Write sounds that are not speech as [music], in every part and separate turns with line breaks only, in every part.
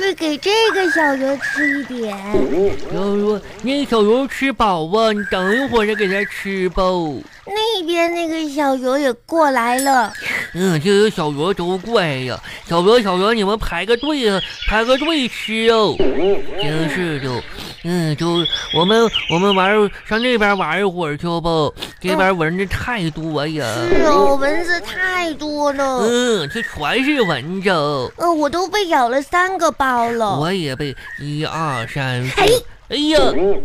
再给这个小鱼吃一点。
然后说：“那小鱼吃饱啊，你等一会儿再给它吃吧。”
那边那个小鱼也过来了，
嗯，这些小鱼都怪呀，小鱼小鱼，你们排个队啊，排个队吃哦，真是的。嗯，就我们我们玩上那边玩一会儿去吧，这边蚊子太多哎呀。
是哦，蚊子太多了。
嗯，这全是蚊子。
呃，我都被咬了三个包了。
我也被一二三四
哎，
哎呀，
嗯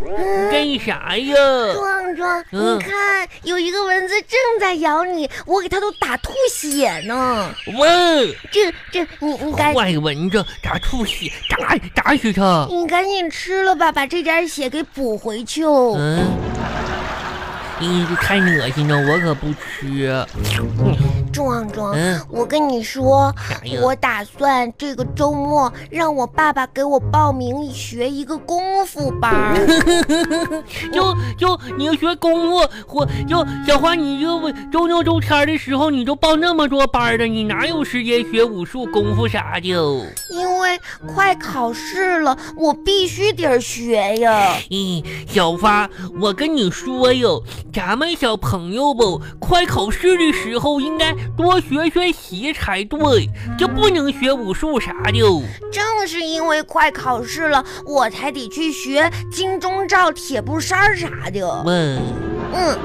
干啥呀？
壮壮，
嗯
你看有一个蚊子正在咬你，我给它都打吐血呢。
喂，
这这，你你赶
坏蚊子，咋吐血？打打死它！
你赶紧吃了吧，把这点血给补回去哦。
嗯，你太恶心了，我可不吃。
壮壮，
嗯，
我跟你说
啥哎呀，
我打算这个周末让我爸爸给我报名学一个功夫班儿。
[laughs] 就就你要学功夫，我就小花，你就周六周天的时候，你就报那么多班的，你哪有时间学武术、功夫啥的？
因为快考试了，我必须得学呀。
嗯，小花，我跟你说哟，咱们小朋友不，快考试的时候应该多学学习才对，就不能学武术啥的。
正是因为快考试了，我才得去学金钟罩、铁布衫儿啥的。
问，
嗯，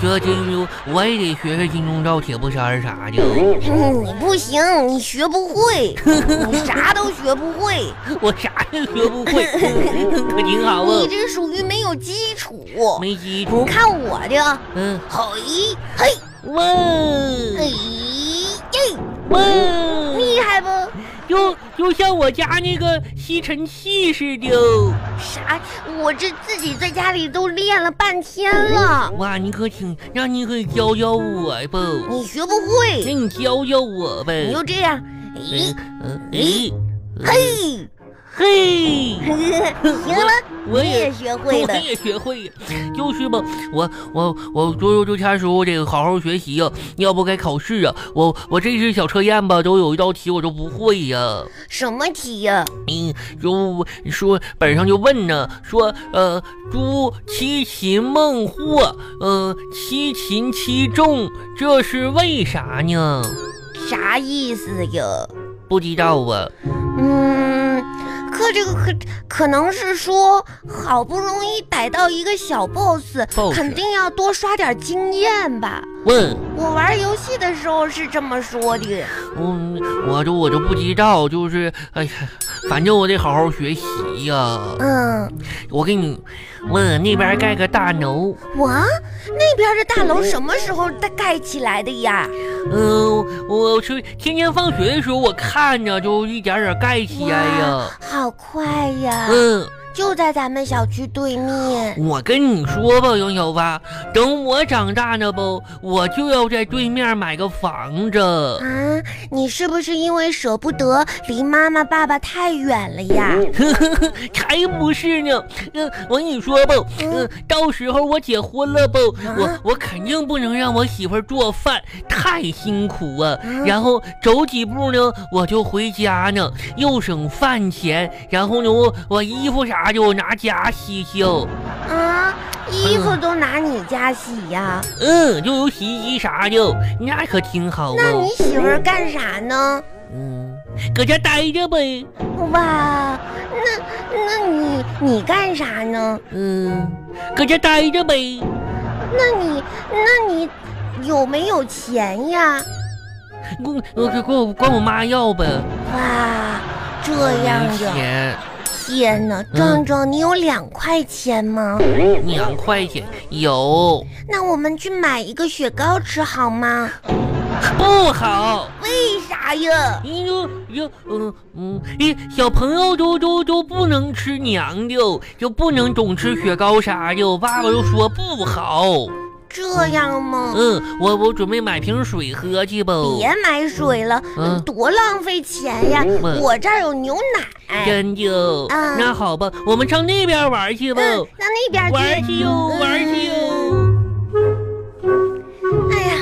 这金钟我也得学学金钟罩、铁布衫儿啥的。 [laughs]
嗯你不行，你学不会，你啥都学不会，
我啥也学不
[laughs]
会，可挺 [laughs] 好啊
你，这属于没有基础。
没基
你
础。
看哎我的，
嗯，
嘿，嘿，
哇
嘿，耶，
哇，
厉害不？
就就像我家那个吸尘器似的。
啥？我这自己在家里都练了半天了，
哇，你可挺，让你可教教我吧，
你学不会。
那你教教我
哎
呗。
你就这样，
嗯
咦，
嗯
咦
嘿
嘿，
嘿，
行了，
嗯我
你
也
也。学会
我
了。
也学会了，就是吧，我我我周六周天时候得好好学习呀、要不该考试啊。我我这次小测验吧，都有一道题我都不会呀、
什么题呀、
嗯，就说本上就问呢，说呃，朱七擒孟获，呃，七擒七纵，这是为啥呢？
啥意思呀？
不知道啊。
嗯，可这个可可能是说，好不容易逮到一个小 boss，
boss
肯定要多刷点经验吧。
问，
我玩游戏的时候是这么说的。
嗯，我就我就不知道，就是哎呀，反正我得好好学习呀、
嗯，
我给你问那边盖个大楼，
哇，啊那边的大楼什么时候盖盖起来的呀？
嗯、我去天天放学的时候我看着就一点点盖起来呀。
好快呀！
嗯。
就在咱们小区对面。
我跟你说吧，杨小发，等我长大了不，我就要在对面买个房子。
啊，你是不是因为舍不得离妈妈爸爸太远了呀？
[laughs] 才不是呢！嗯，我跟你说吧，嗯，到时候我结婚了不，我
啊
我肯定不能让我媳妇儿做饭，太辛苦啊。
啊
然后走几步呢，我就回家呢，又省饭钱。然后呢，我我衣服啥的我拿家洗洗哦。
啊，衣服都拿你家洗呀？
嗯，就有洗衣机啥的，那可挺好哦。
那你媳妇儿干啥呢？
嗯，搁家待着呗。
哇，那那你你干啥呢？
嗯，搁家待着呗。
那你那你有没有钱呀？
管嗯我管我管我妈要呗。
哇，这样
没
呀！
钱，
天哪，壮壮，你有两块钱吗？
两块钱有
那我们去买一个雪糕吃好吗？
不好？
为啥呀？
你就就嗯嗯，一嗯小朋友都都都不能吃娘的，就不能总吃雪糕啥的。爸爸就说不好。
这样吗？
嗯，我我准备买瓶水喝去吧。
别买水了，
哦嗯
多浪费钱呀！
嗯
我这儿有牛奶。
真的？
啊
那好吧，我们上那边玩去吧。
嗯，那那边
玩
去嗯
去哟，玩去。哟。
哎呀，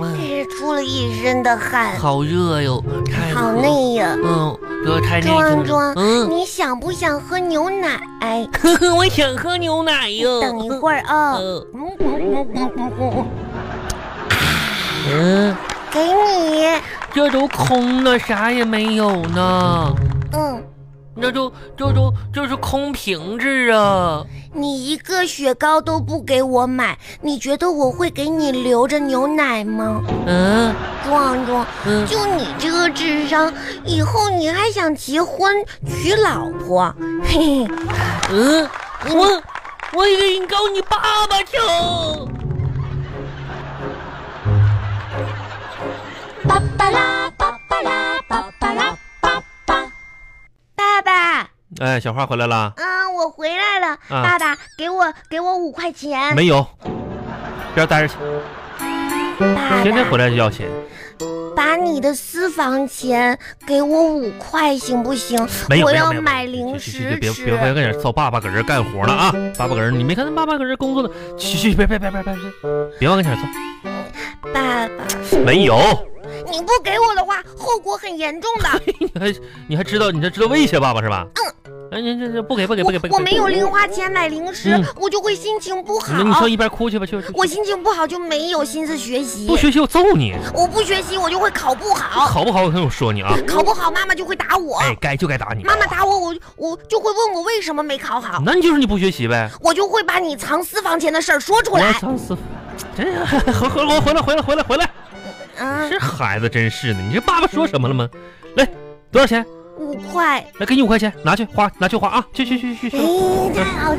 哇
这是出了一身的汗，
好热哟，太
好
热
累呀。
嗯，这太内疚
壮
了
壮。，
嗯，
你想不想喝牛奶？哎
呵呵，嗯 [laughs] 我想喝牛奶哟。
等一会儿啊、
嗯
嗯嗯嗯嗯嗯嗯，
嗯，
给你，
这都空了，啥也没有呢。
嗯，
那都这都这是空瓶子啊！
你一个雪糕都不给我买，你觉得我会给你留着牛奶吗？
嗯
壮壮，
嗯，
就你这个智商，以后你还想结婚娶老婆？嘿嘿，
嗯，我我给你告你爸爸去。
巴巴拉巴巴拉巴巴拉巴巴，爸爸，
哎，小花回来啦？
啊，我回来了，
啊
爸爸，给我给我五块钱，
没有，边待着去，
爸
天天
爸，
回来就要钱。
把你的私房钱给我五块行不行？
没有，
我
没有
要
没有
买
去
零
去去
食
别
吃
别。别跟人操，爸爸搁这干活呢啊！爸爸搁这，你没看见爸爸搁这工作呢？去去，别别别别别别，别往跟前凑。
爸爸，
没有，
你不给我的话，后果很严重的。
你还你还知道你还知道威胁爸爸是吧？哎，你这这不给不给不给不给！
我我没有零花钱买零食
嗯，
我就会心情不好
那。你上一边哭去吧，去去。
我心情不好就没有心思学习，
不学习我揍你，
我不学习我就会考不好，
考不好我我说你啊！
考不好妈妈就会打我，
哎，该就该打你。
妈妈，打我我我就会问我为什么没考好，
那你就是你不学习呗。
我就会把你藏私房钱的事儿说出
我
来。
上次，真回回回回来回来回来回来。
嗯，
这孩子真是的，你这爸爸说什么了吗？来，多少钱？
五块，
来，给你五块钱，拿去花，拿去花啊！去去去去去
哎，
去！
太好了，